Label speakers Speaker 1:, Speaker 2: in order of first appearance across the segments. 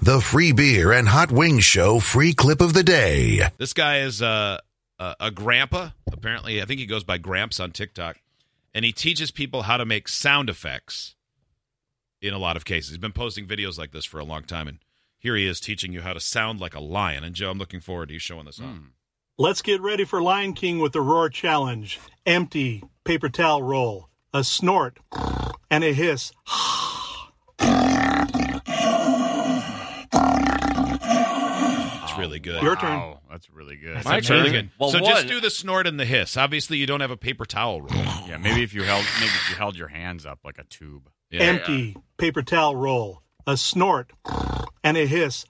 Speaker 1: The Free Beer and Hot Wings Show free clip of the day.
Speaker 2: This guy is a, a, a grandpa. Apparently, I think he goes by Gramps on TikTok, and he teaches people how to make sound effects. In a lot of cases, he's been posting videos like this for a long time, and here he is teaching you how to sound like a lion. And Joe, I'm looking forward to you showing this off.
Speaker 3: Hmm.
Speaker 4: Let's get ready for Lion King with the Roar Challenge. Empty paper towel roll, a snort, and a hiss.
Speaker 2: It's really good.
Speaker 4: Your turn.
Speaker 5: Wow, that's really good.
Speaker 3: That's
Speaker 2: My
Speaker 3: amazing.
Speaker 2: turn. Really good.
Speaker 3: Oh, Well,
Speaker 2: so
Speaker 3: what-
Speaker 2: just do the snort and the hiss. Obviously, you don't have a paper towel roll.
Speaker 5: Yeah, maybe if you held maybe if you held your hands up like a tube.
Speaker 2: Yeah.
Speaker 4: Empty paper towel roll, a snort, and a hiss.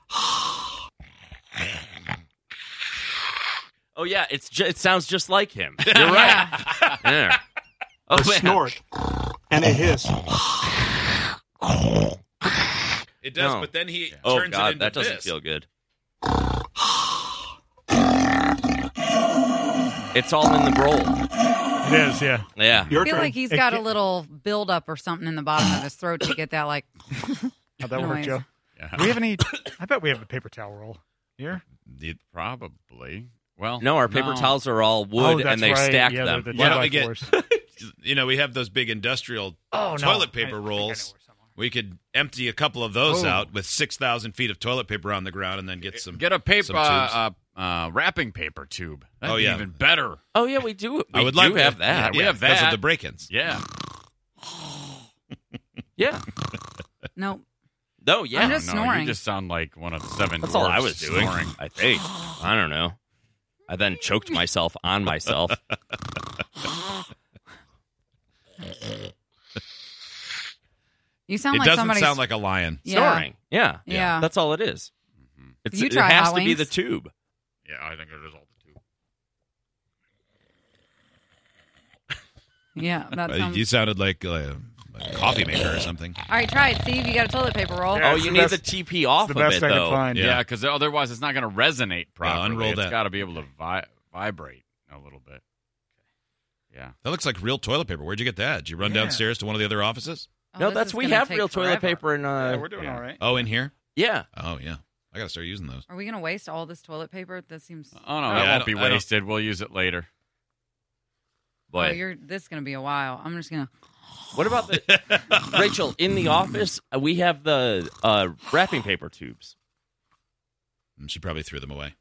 Speaker 3: Oh yeah, it's ju- it sounds just like him. You're right. yeah. Oh
Speaker 4: A snort, and a hiss.
Speaker 2: It does,
Speaker 3: No.
Speaker 2: but then he
Speaker 3: Oh
Speaker 2: turns it
Speaker 3: god,
Speaker 2: into
Speaker 3: that doesn't
Speaker 2: this.
Speaker 3: feel good. It's all in the roll.
Speaker 5: It is, yeah.
Speaker 3: Yeah.
Speaker 4: Your
Speaker 6: I feel
Speaker 4: turn.
Speaker 6: like he's got a little buildup or something in the bottom of his throat to get that like
Speaker 7: How'd that work,
Speaker 6: noise.
Speaker 7: Joe?
Speaker 5: Yeah.
Speaker 7: Do we have any? I bet we have a paper towel roll here.
Speaker 5: You'd probably. Well,
Speaker 3: No, our paper
Speaker 5: no.
Speaker 3: towels are all
Speaker 7: oh,
Speaker 3: wood
Speaker 7: that's
Speaker 3: and they
Speaker 7: right.
Speaker 3: stack
Speaker 7: yeah,
Speaker 3: them.
Speaker 7: they're The
Speaker 2: Why
Speaker 7: Why
Speaker 2: don't we
Speaker 7: we
Speaker 2: get- You know, we have those big industrial
Speaker 7: oh, no.
Speaker 2: toilet paper
Speaker 7: I- I think I know
Speaker 2: rolls.
Speaker 7: where somewhere.
Speaker 2: We could empty a couple of those
Speaker 7: Oh.
Speaker 2: out with six thousand feet of toilet paper on the ground, and then get some.
Speaker 5: Get a paper
Speaker 2: some
Speaker 5: uh, uh, uh, wrapping paper tube. That'd
Speaker 2: Oh,
Speaker 5: be
Speaker 2: yeah.
Speaker 5: even better.
Speaker 3: Oh yeah, we do. We
Speaker 2: I would
Speaker 3: do
Speaker 2: like to-
Speaker 3: have that.
Speaker 2: Yeah,
Speaker 5: we have
Speaker 2: because
Speaker 5: that.
Speaker 2: of the break-ins.
Speaker 5: Yeah.
Speaker 3: Yeah.
Speaker 6: no.
Speaker 3: No, yeah.
Speaker 6: I'm just
Speaker 5: no,
Speaker 6: snoring.
Speaker 5: You just sound like one of the seven.
Speaker 3: That's all I
Speaker 5: dwarfs
Speaker 3: was doing.
Speaker 5: Snoring.
Speaker 3: I think. I don't know. I then choked myself on myself.
Speaker 6: You sound
Speaker 2: it
Speaker 6: like
Speaker 2: doesn't
Speaker 6: somebody
Speaker 2: sound like a lion.
Speaker 6: yeah.
Speaker 3: Snoring. Yeah.
Speaker 6: Yeah.
Speaker 3: That's all it is. It's,
Speaker 6: You try
Speaker 3: it has
Speaker 6: hot
Speaker 3: to be
Speaker 6: wings.
Speaker 3: the tube.
Speaker 5: Yeah, I think it is all the tube.
Speaker 6: Yeah, that
Speaker 2: Uh,
Speaker 6: sounds.
Speaker 2: You sounded like uh, a coffee maker or something.
Speaker 6: All right, try it, Steve. You got a toilet paper roll.
Speaker 7: Yeah,
Speaker 3: oh,
Speaker 7: it's
Speaker 3: you
Speaker 7: the
Speaker 3: need
Speaker 7: best-
Speaker 3: the TP off
Speaker 7: It's the
Speaker 3: of
Speaker 7: best
Speaker 3: it
Speaker 7: I
Speaker 3: though.
Speaker 7: could find.
Speaker 5: Yeah, because otherwise it's not going to resonate properly.
Speaker 2: unroll
Speaker 5: it's
Speaker 2: that.
Speaker 5: got to be able to vi- vibrate a little bit. Yeah.
Speaker 2: That looks like real toilet paper. Where'd you get that? Did you run
Speaker 7: Yeah.
Speaker 2: downstairs to one of the other offices?
Speaker 6: Oh,
Speaker 3: no,
Speaker 6: this
Speaker 3: that's
Speaker 6: is
Speaker 3: we
Speaker 6: gonna
Speaker 3: have
Speaker 6: take
Speaker 3: real toilet
Speaker 6: forever.
Speaker 3: paper and
Speaker 7: Yeah,
Speaker 3: uh
Speaker 7: we're doing
Speaker 5: yeah.
Speaker 7: all right.
Speaker 2: Oh, in here.
Speaker 3: yeah.
Speaker 2: Oh yeah, I gotta start using those.
Speaker 6: Are we gonna waste all this toilet paper? That seems.
Speaker 5: Oh no,
Speaker 2: Yeah,
Speaker 5: that
Speaker 2: I
Speaker 5: won't
Speaker 2: don't-
Speaker 5: be
Speaker 2: I don't-
Speaker 5: wasted. We'll use it later.
Speaker 6: Oh,
Speaker 3: Boy.
Speaker 6: you're this is gonna be a while. I'm just gonna.
Speaker 3: what about the Rachel in the office? uh, We have the uh, wrapping paper tubes.
Speaker 2: Mm, She probably threw them away.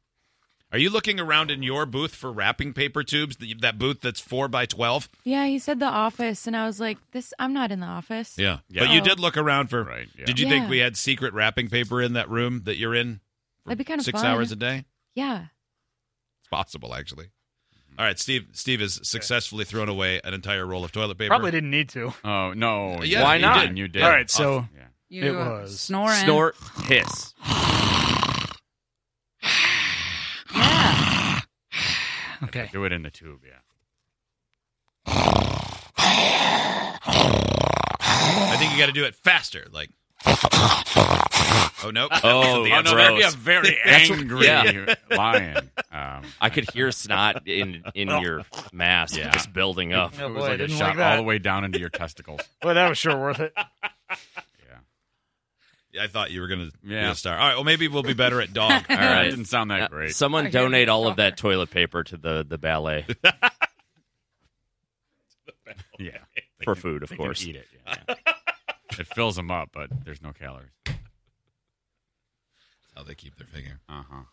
Speaker 2: Are you looking around in your booth for wrapping paper tubes? That, that booth that's four by twelve.
Speaker 8: Yeah, he said the office, and I was like, "This, I'm not in the office."
Speaker 2: Yeah.
Speaker 5: Yeah.
Speaker 2: But you
Speaker 8: Oh.
Speaker 2: did look around for.
Speaker 5: Right. Yeah.
Speaker 2: Did you
Speaker 8: Yeah.
Speaker 2: think we had secret wrapping paper in that room that you're in? for
Speaker 8: That'd be kind of
Speaker 2: six
Speaker 8: fun.
Speaker 2: hours a day.
Speaker 8: Yeah.
Speaker 2: It's possible, actually.
Speaker 5: Mm-hmm.
Speaker 2: All right, Steve. Steve has successfully thrown away an entire roll of toilet paper.
Speaker 7: Probably didn't need to.
Speaker 5: Oh no.
Speaker 2: Yeah,
Speaker 3: Why
Speaker 5: you
Speaker 3: not?
Speaker 5: did, and You did.
Speaker 7: All right, so-
Speaker 5: Awesome. Yeah.
Speaker 6: You uh,
Speaker 7: It was.
Speaker 6: snoring.
Speaker 3: Snort, hiss.
Speaker 6: Yeah.
Speaker 7: Okay.
Speaker 5: do it in the tube. Yeah.
Speaker 2: I think you got to do it faster. Like. Oh no!
Speaker 3: Oh,
Speaker 5: oh no, that'd be a
Speaker 3: gross.
Speaker 5: very
Speaker 3: That's what-
Speaker 5: angry
Speaker 3: yeah.
Speaker 5: lion. Um,
Speaker 3: I could hear snot in in your mask
Speaker 5: Yeah.
Speaker 3: just building up.
Speaker 7: Oh,
Speaker 5: it
Speaker 7: boy,
Speaker 5: was like a
Speaker 7: didn't
Speaker 5: shot
Speaker 7: like that.
Speaker 5: all the way down into your testicles.
Speaker 7: Well, that was sure worth it.
Speaker 5: Yeah.
Speaker 2: I thought you were gonna be
Speaker 5: Yeah.
Speaker 2: a star. All right. Well, maybe we'll be better at dog.
Speaker 5: All right.
Speaker 3: right.
Speaker 5: Didn't sound
Speaker 3: Uh,
Speaker 5: that great.
Speaker 3: Someone
Speaker 6: I hear
Speaker 3: donate
Speaker 6: you.
Speaker 3: all of that toilet paper to the the ballet
Speaker 5: yeah.
Speaker 3: for food, of
Speaker 5: They
Speaker 3: course.
Speaker 5: Can eat it. Yeah. it fills them up, but there's no calories.
Speaker 2: That's how Oh, they keep their figure.
Speaker 5: Uh huh.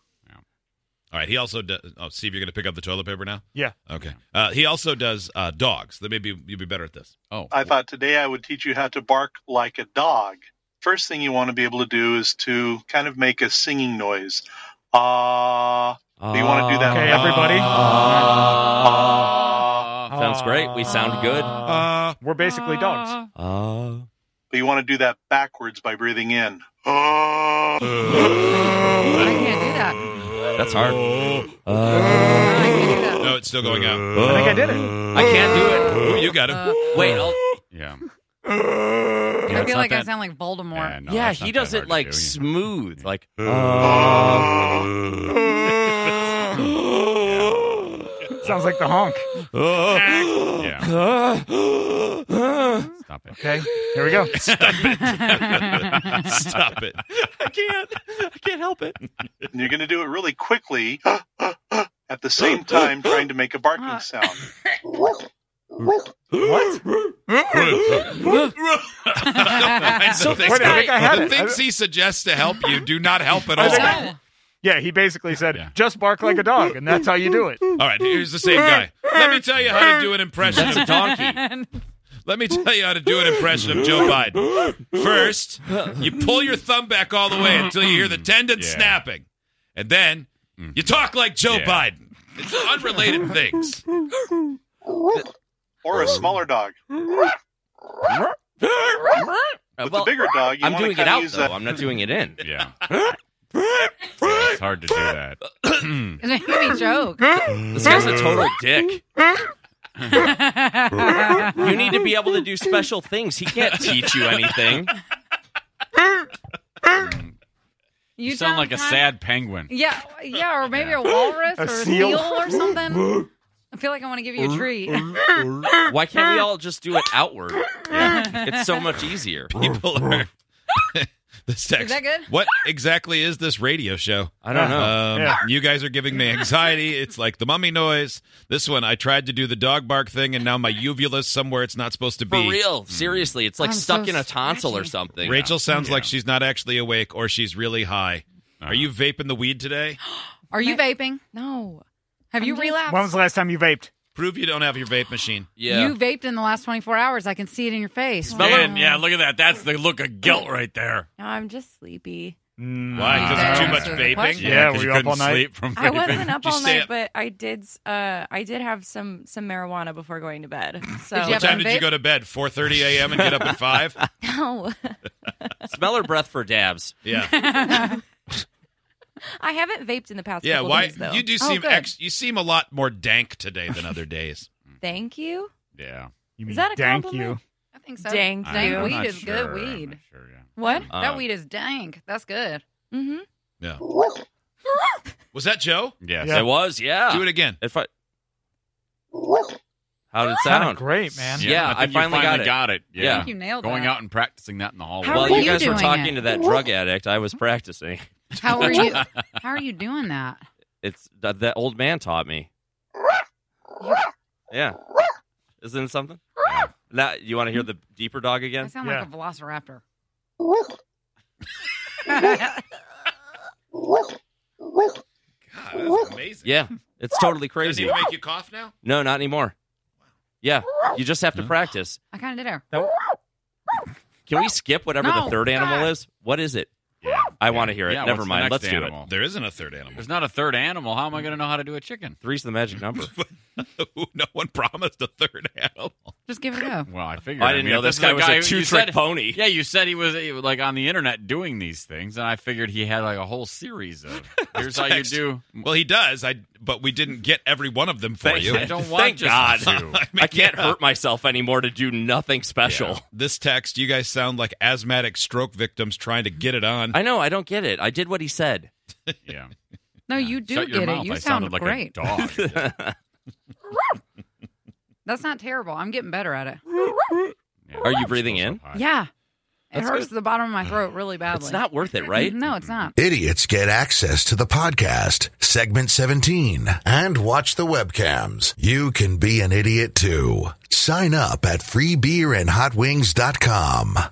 Speaker 2: All right. He also does. Oh, Steve, you're gonna pick up the toilet paper now.
Speaker 7: Yeah.
Speaker 2: Okay. Uh, he also does uh, dogs. That maybe you'd be better at this.
Speaker 5: Oh.
Speaker 4: I thought today I would teach you how to bark like a dog. First thing you want to be able to do is to kind of make a singing noise. Ah, Do you wanna do that?
Speaker 7: Okay, everybody.
Speaker 5: Uh,
Speaker 3: Sounds great. We sound good.
Speaker 2: Uh,
Speaker 7: We're basically dogs.
Speaker 3: Uh,
Speaker 4: but you want to do that backwards by breathing in. Ah.
Speaker 6: I can't do that.
Speaker 3: That's hard.
Speaker 6: I can't do that.
Speaker 2: No, it's still going out.
Speaker 7: I
Speaker 5: Uh,
Speaker 7: think I did it.
Speaker 3: I can't do
Speaker 2: Ooh, you got him.
Speaker 6: Uh,
Speaker 3: it. Wait, oh, I'll,
Speaker 5: Yeah.
Speaker 6: I feel like I sound like Voldemort.
Speaker 5: Yeah, no,
Speaker 3: yeah,
Speaker 5: that's
Speaker 3: he
Speaker 5: not
Speaker 3: does
Speaker 5: that
Speaker 3: it
Speaker 5: hard to
Speaker 3: like
Speaker 5: do, yeah.
Speaker 3: smooth, like
Speaker 4: uh,
Speaker 7: Sounds like the honk.
Speaker 5: yeah. Stop it.
Speaker 7: Okay, here we go.
Speaker 2: Stop it.
Speaker 3: I can't, I can't help it.
Speaker 4: And you're going to do it really quickly at the same time trying to make a barking sound.
Speaker 2: so
Speaker 3: this
Speaker 7: Wait, I think I had
Speaker 2: the
Speaker 7: it.
Speaker 2: things he suggests to help you do not help at
Speaker 7: I
Speaker 2: all.
Speaker 7: think
Speaker 2: All
Speaker 7: I- Yeah, he basically said,
Speaker 5: Yeah.
Speaker 7: "Just bark like a dog," and that's how you do it.
Speaker 2: right, here's the same guy. Let me tell you how to do an impression.
Speaker 3: That's a
Speaker 2: of-
Speaker 3: donkey.
Speaker 2: Let me tell you how to do an impression of Joe Biden. First, you pull your thumb back all the way until you hear the tendon
Speaker 5: Yeah.
Speaker 2: snapping, and then you talk like Joe
Speaker 5: Yeah.
Speaker 2: Biden. It's unrelated things.
Speaker 4: Or a smaller dog. With the
Speaker 3: well,
Speaker 4: bigger dog, you
Speaker 3: I'm
Speaker 4: want
Speaker 3: doing
Speaker 4: to
Speaker 3: it
Speaker 4: kind of
Speaker 3: out
Speaker 4: use
Speaker 3: though.
Speaker 4: that.
Speaker 3: I'm not doing it in.
Speaker 5: Yeah. yeah. It's hard to do that.
Speaker 6: It's making me joke.
Speaker 3: This guy's a total dick. you need to be able to do special things. He can't teach you anything.
Speaker 5: You sound like a
Speaker 6: kind-
Speaker 5: sad penguin.
Speaker 6: Yeah, yeah, or maybe a walrus
Speaker 7: A
Speaker 6: or a
Speaker 7: seal.
Speaker 6: seal. or something. I feel like I want to give you a treat.
Speaker 3: Why can't we all just do it outward?
Speaker 5: Yeah.
Speaker 3: It's so much easier.
Speaker 2: People are. this text.
Speaker 6: that good?
Speaker 2: What exactly is this radio show?
Speaker 3: I don't know.
Speaker 2: Um,
Speaker 7: Yeah.
Speaker 2: You guys are giving me anxiety. It's like the mummy noise. This one, I tried to do the dog bark thing, and now my uvula's somewhere it's not supposed to
Speaker 3: For
Speaker 2: be.
Speaker 3: real, seriously, it's like
Speaker 6: I'm
Speaker 3: stuck
Speaker 6: so
Speaker 3: in a tonsil or
Speaker 6: scratchy.
Speaker 3: something.
Speaker 2: Rachel sounds
Speaker 5: Yeah.
Speaker 2: like she's not actually awake, or she's really high. Are you vaping the weed today?
Speaker 6: Are you vaping?
Speaker 8: No.
Speaker 6: Have you
Speaker 8: I'm just-
Speaker 6: relapsed?
Speaker 7: When was the last time you vaped?
Speaker 2: Prove you don't have your vape machine.
Speaker 3: Yeah.
Speaker 6: You vaped in the last 24 hours. I can see it in your face.
Speaker 8: Smell it?
Speaker 5: Man, yeah, look at that. That's the look of guilt right there.
Speaker 8: No, I'm just sleepy.
Speaker 2: Why? Because of
Speaker 6: Yeah.
Speaker 2: too much
Speaker 6: Answer the
Speaker 2: vaping.
Speaker 6: question.
Speaker 7: Yeah,
Speaker 5: 'cause
Speaker 7: were
Speaker 5: you
Speaker 7: you up
Speaker 5: couldn't
Speaker 7: all night?
Speaker 5: sleep from
Speaker 8: I
Speaker 5: vaping.
Speaker 8: wasn't up
Speaker 2: Did you
Speaker 8: all
Speaker 2: stay
Speaker 8: night,
Speaker 2: up-
Speaker 8: but I did. Uh, I did have some some marijuana before going to bed. So
Speaker 6: Did
Speaker 2: What
Speaker 6: you have
Speaker 2: time
Speaker 6: a
Speaker 2: did you
Speaker 6: vape?
Speaker 2: go to bed? Four thirty a.m. and get up at five.
Speaker 8: no,
Speaker 3: Smell her breath for dabs.
Speaker 2: Yeah,
Speaker 8: I haven't vaped in the past.
Speaker 2: yeah.
Speaker 8: couple
Speaker 2: Why?
Speaker 8: days, though.
Speaker 2: You do
Speaker 8: Oh,
Speaker 2: seem
Speaker 8: good.
Speaker 2: ex. You seem a lot more dank today than other days.
Speaker 8: Thank you.
Speaker 5: Yeah.
Speaker 7: You
Speaker 8: Is that a
Speaker 7: dank
Speaker 8: compliment?
Speaker 6: I think so.
Speaker 8: Dank
Speaker 6: Dank
Speaker 8: you.
Speaker 5: I'm
Speaker 6: weed
Speaker 5: not
Speaker 6: is
Speaker 5: sure. I'm
Speaker 6: good
Speaker 5: not
Speaker 6: weed.
Speaker 5: sure, yeah.
Speaker 8: What?
Speaker 3: Uh,
Speaker 6: that weed is dank. That's good.
Speaker 8: Mm-hmm.
Speaker 2: Yeah. Was that Joe?
Speaker 5: Yes.
Speaker 7: Yeah.
Speaker 3: It was, yeah.
Speaker 2: Do it again.
Speaker 3: If I... How did it
Speaker 7: Kinda
Speaker 3: sound?
Speaker 7: great, man.
Speaker 3: Yeah, I
Speaker 5: think you
Speaker 3: finally got it.
Speaker 5: Yeah.
Speaker 3: Yeah.
Speaker 6: I think you nailed
Speaker 5: Going
Speaker 6: that.
Speaker 5: out and practicing that in the hallway.
Speaker 6: How
Speaker 3: While
Speaker 6: are
Speaker 3: you
Speaker 6: you
Speaker 3: guys were
Speaker 6: doing
Speaker 3: talking
Speaker 6: it?
Speaker 3: to that drug addict, I was practicing.
Speaker 6: How are you? How are you doing that?
Speaker 3: It's uh, that, that old man taught me. Yeah. Isn't it something? Now, you want to hear the deeper dog
Speaker 6: I
Speaker 3: again?
Speaker 6: sound
Speaker 7: Yeah.
Speaker 6: like a velociraptor.
Speaker 2: God, that's amazing.
Speaker 3: Yeah. It's totally
Speaker 2: Does it
Speaker 3: crazy.
Speaker 2: even make you cough now?
Speaker 3: No, not anymore. Yeah. You just have to practice.
Speaker 6: I kind of did her.
Speaker 3: Can we skip whatever the
Speaker 6: No,
Speaker 3: third animal
Speaker 6: God.
Speaker 3: is? What is it?
Speaker 5: Yeah.
Speaker 3: I want to hear it.
Speaker 5: Yeah,
Speaker 3: Never
Speaker 5: what's the
Speaker 3: mind.
Speaker 5: next
Speaker 3: Let's do
Speaker 5: animal?
Speaker 2: Oh. There isn't a third animal.
Speaker 5: There's not a third animal. How am I going to know how to do a chicken?
Speaker 3: it. Three's the magic number.
Speaker 2: no one promised a third animal.
Speaker 6: Just give it a go.
Speaker 5: Well, I figured.
Speaker 3: I didn't
Speaker 5: mean,
Speaker 3: know
Speaker 5: if
Speaker 3: this
Speaker 5: is
Speaker 3: guy was a
Speaker 5: who- you
Speaker 3: two trick
Speaker 5: said-
Speaker 3: pony.
Speaker 5: Yeah, you said he was eh, like on the internet doing these things, and I figured he had like a whole series of. Here's how you
Speaker 2: Text.
Speaker 5: do.
Speaker 2: Well, he does. I but we didn't get every one of them for
Speaker 3: Thank
Speaker 2: you.
Speaker 5: I don't
Speaker 3: Thank
Speaker 5: want just
Speaker 3: God.
Speaker 5: two.
Speaker 2: mean,
Speaker 3: I can't
Speaker 2: yeah.
Speaker 3: hurt myself anymore to do nothing special.
Speaker 2: This text, you guys sound like asthmatic stroke victims trying to get it on.
Speaker 3: I know. I don't get it. I did what he said.
Speaker 5: Yeah.
Speaker 6: No, you do
Speaker 5: Shut your
Speaker 6: get
Speaker 5: mouth.
Speaker 6: it. You
Speaker 5: I
Speaker 6: sound
Speaker 5: sounded like
Speaker 6: great.
Speaker 5: a dog.
Speaker 6: That's not terrible. I'm getting better at it.
Speaker 5: Yeah.
Speaker 3: Are you breathing in?
Speaker 6: Yeah. It
Speaker 3: That's
Speaker 6: hurts the bottom of my throat really badly.
Speaker 3: It's not worth it, right?
Speaker 6: No, it's not.
Speaker 1: Idiots get access to the podcast, segment 17, and watch the webcams. You can be an idiot too. Sign up at freebeerandhotwings.com.